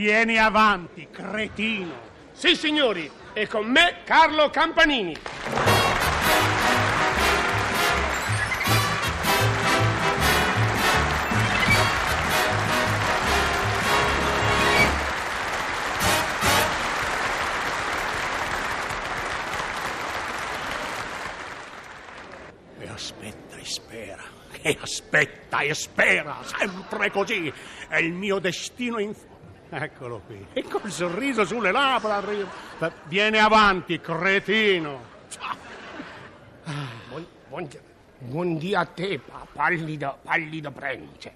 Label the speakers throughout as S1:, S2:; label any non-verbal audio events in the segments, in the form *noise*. S1: Vieni avanti, cretino.
S2: Sì, signori, e con me Carlo Campanini.
S1: E aspetta e spera, e aspetta e spera, sempre così. È il mio destino in fondo. Eccolo qui. E col sorriso sulle labbra arriva. Va- Vieni avanti, cretino.
S2: Buon, buon, buon dì a te, pa- pallido, pallido prence.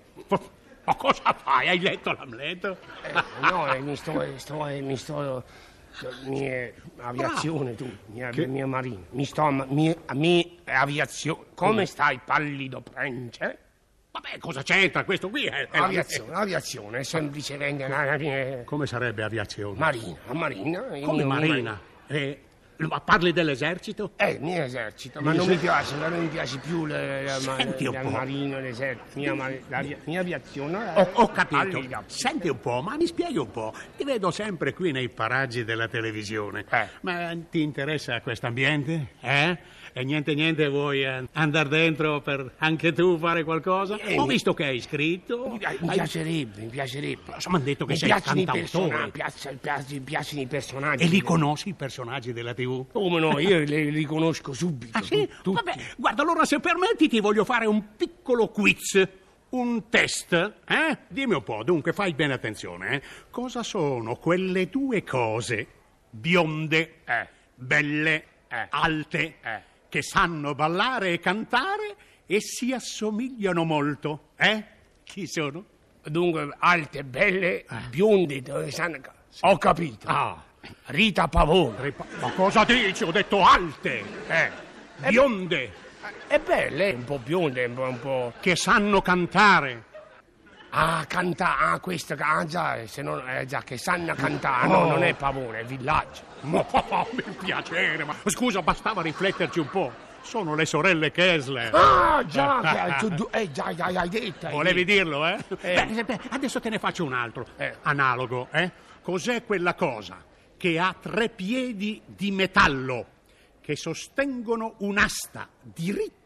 S1: Ma cosa fai? Hai letto l'Amleto?
S2: Eh, no, eh, mi sto, eh, sto, eh, mi sto, mi, eh, aviazione tu, mia, mia marina, mi sto, am- mi, mi, eh, aviazione, come stai pallido prence?
S1: Vabbè, cosa c'entra questo qui? È, è
S2: Aviazione, aviazione, è semplicemente una, eh,
S1: Come sarebbe aviazione?
S2: marina, marina. il
S1: Come
S2: mio-
S1: marina? Eh, ma parli dell'esercito?
S2: Eh, mi esercito, ma non mi piace, ma non mi piace più le- la, la,
S1: Senti un
S2: la
S1: po'.
S2: marina, l'esercito, mia, mari- la via- mia aviazione.
S1: Ho, ho capito.
S2: Allora,
S1: Senti un po', ma mi spieghi un po'. Ti vedo sempre qui nei paraggi della televisione.
S2: Eh.
S1: Ma ti interessa questo ambiente? Eh? E niente, niente, vuoi andare dentro per anche tu fare qualcosa?
S2: Eh,
S1: Ho
S2: mi-
S1: visto che hai iscritto.
S2: Mi pi- mi piacerebbe, mi piacerebbe.
S1: Insomma, han detto che
S2: Mi
S1: sei
S2: piacciono i
S1: cantautore.
S2: personaggi, piace- piace- Mi piacciono i personaggi.
S1: E li conosci i personaggi della TV?
S2: Come no, io li, li conosco subito.
S1: Ah sì?
S2: tu- tutti.
S1: Vabbè, guarda, allora se permetti ti voglio fare un piccolo quiz, un test, eh? Dimmi un po', dunque fai bene attenzione, eh? Cosa sono quelle due cose bionde,
S2: Eh.
S1: belle,
S2: Eh.
S1: alte,
S2: Eh.
S1: che sanno ballare e cantare e si assomigliano molto, eh? Chi sono?
S2: Dunque, alte, belle, bionde, dove sanno- Ho capito.
S1: Eh. Ah.
S2: Rita Pavone.
S1: Ripa- Ma cosa dici? Ho detto alte, eh? Bionde,
S2: È bella, è un po' bionda, è un po'... un po'-
S1: che sanno cantare.
S2: Ah, canta, ah, questa, ah, già, se non, eh, già, che sanno cantare. No,
S1: Oh.
S2: non è Pavone, è Villaggio.
S1: Ma *laughs* mi piacere, ma scusa, bastava rifletterci un po'. Sono le sorelle Kessler.
S2: Ah, già, che- tu- tu- eh, già, già, hai detto. hai
S1: Volevi dirlo, eh?
S2: Eh.
S1: Beh, beh, adesso te ne faccio un altro,
S2: Eh.
S1: analogo, eh? Cos'è quella cosa che ha tre piedi di metallo, che sostengono un'asta diritta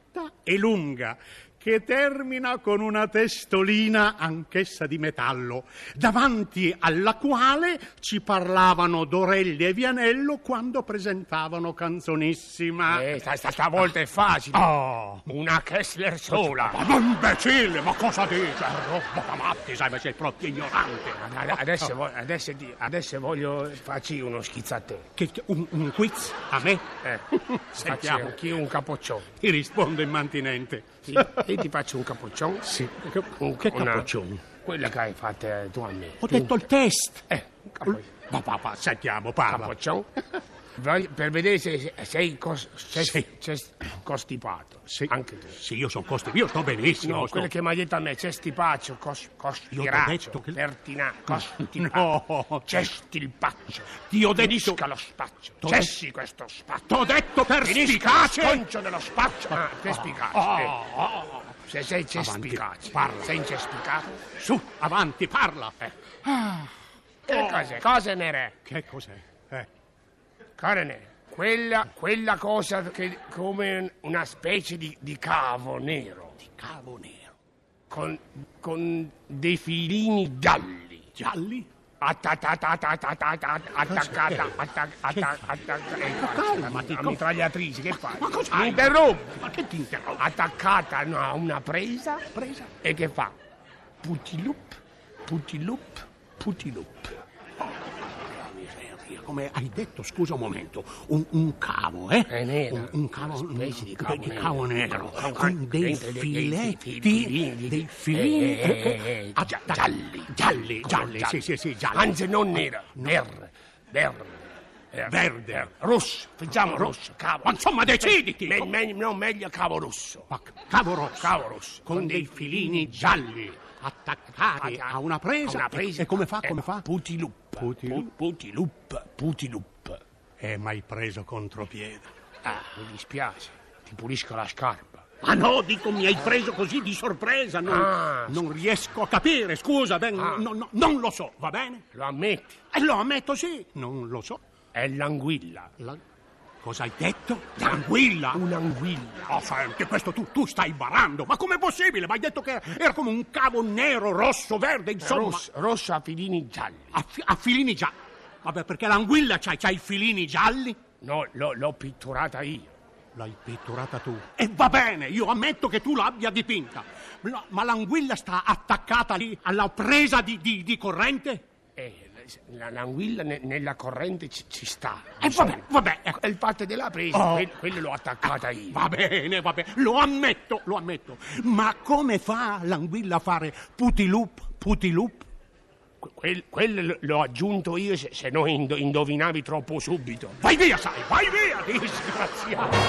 S1: e lunga, che termina con una testolina anch'essa di metallo, davanti alla quale ci parlavano Dorelli e Vianello quando presentavano Canzonissima.
S2: Eh, sta- sta- stavolta è facile.
S1: Oh!
S2: Una Kessler sola.
S1: Ma imbecille, ma cosa dici? È roba da matti, sai, ma sei proprio ignorante.
S2: Ad- Adesso, vo- adesso, ti- adesso voglio farci uno schizzo a te.
S1: Che, che- un, un quiz a me?
S2: Eh, facci
S1: Sentiamo.
S2: anch'io un capoccione.
S1: Ti rispondo immantinente.
S2: Sì,
S1: *laughs*
S2: Io ti faccio un capoccione.
S1: Sì.
S2: Un-
S1: che
S2: una-
S1: capoccione?
S2: Quella che hai fatto eh, tu a me.
S1: Ho detto Mm. il test.
S2: Eh, un capo-
S1: Ma papà, sentiamo, parla.
S2: capoccione. Voglio- Per vedere se se- sei, cos- se-
S1: Sì.
S2: se- costipato.
S1: Sì.
S2: Anche tu.
S1: Sì, io sono costi, io sto benissimo.
S2: No,
S1: sto-
S2: quello che mi hai detto a me, cestipaccio, cos, cospiraccio,
S1: detto che-
S2: pertina,
S1: *laughs*
S2: costipaccio,
S1: No.
S2: cestilpaccio,
S1: Ti ho detto-
S2: finisca lo spaccio,
S1: T'ho
S2: cessi questo spaccio,
S1: T'ho detto
S2: finisca lo
S1: perspicace!
S2: sconcio dello spaccio, ah, perspicace, eh.
S1: Oh, oh, oh.
S2: se sei
S1: Avanti,
S2: cespicace,
S1: parla.
S2: sei cespicace,
S1: Su, avanti, parla. Eh,
S2: che cos'è, cosa ne è,
S1: che cos'è? Eh.
S2: cosa ne è? Quella, quella cosa che come una specie di, di cavo nero,
S1: Cavo nero.
S2: con, con dei filini gialli.
S1: Gialli?
S2: Attacata, attaccata, attaccata, eh, attaccata. Mitragliatrice, che fai?
S1: Ma cosa
S2: Mi
S1: hai?
S2: interrompo.
S1: Ma che ti interrompo?
S2: Attaccata no, a una presa
S1: Presa?
S2: e che fa? Putilup, putilup, putilup.
S1: Oh, Miseria, Come hai detto, scusa un momento, un, un cavo, eh?
S2: È nero.
S1: Un, un cavo, un,
S2: Una specie di cavo
S1: di
S2: nero.
S1: cavo nero,
S2: Con-
S1: con dei
S2: dentro dei- dei
S1: filetti,
S2: filini.
S1: dei filini,
S2: Eh, eh, eh,
S1: ah,
S2: gia-
S1: da-
S2: gialli.
S1: gialli,
S2: Con-
S1: gialli,
S2: gialli.
S1: sì, sì, sì, gialli. Ah,
S2: Anzi, non nera, verde, verde, eh,
S1: Verde.
S2: eh, rosso, facciamo rosso, cavo.
S1: Ma insomma, deciditi!
S2: Me- me- no, meglio cavo rosso.
S1: Ma cavo rosso,
S2: Cavo rosso.
S1: con, dei filini gialli, attaccati a una presa,
S2: Ah, A una presa.
S1: E, e come fa,
S2: Eh,
S1: come fa?
S2: Putilup.
S1: Putilup.
S2: Pu- Putilup. Putilup.
S1: E mai preso contropiede.
S2: Ah, mi dispiace, ti pulisco la scarpa.
S1: Ah no, dico, mi hai preso così di sorpresa. Non,
S2: Ah,
S1: non riesco a capire, scusa, ben,
S2: Ah.
S1: no, no, non lo so, va bene?
S2: Lo ammetti,
S1: E lo ammetto sì, non lo so.
S2: è l'anguilla.
S1: La- Cosa hai detto? L'anguilla?
S2: Un'anguilla.
S1: Oh, Frank, questo tu, tu stai barando. Ma com'è possibile? Ma hai detto che era come un cavo nero, rosso, verde, insomma.
S2: Rossa, rossa a filini gialli.
S1: A, fi- a filini gialli. Vabbè, perché l'anguilla c'ha, c'ha i filini gialli?
S2: No, l'ho, l'ho pitturata io.
S1: L'hai pitturata tu. E va bene, io ammetto che tu l'abbia dipinta. Ma- ma l'anguilla sta attaccata lì alla presa di, di- di corrente?
S2: Eh, la- l'anguilla ne- nella corrente ci, ci sta. diciamo.
S1: E va bene, va bene. ecco.
S2: E il fatto della presa,
S1: Oh.
S2: quel- quello l'ho attaccata io.
S1: Va bene, va bene, lo ammetto, lo ammetto. Ma come fa l'anguilla a fare putilup, putilup?
S2: Que- quel- quello l- l'ho aggiunto io se, se no indo- indovinavi troppo subito. *laughs*
S1: Vai via, sai, vai via, disgraziato.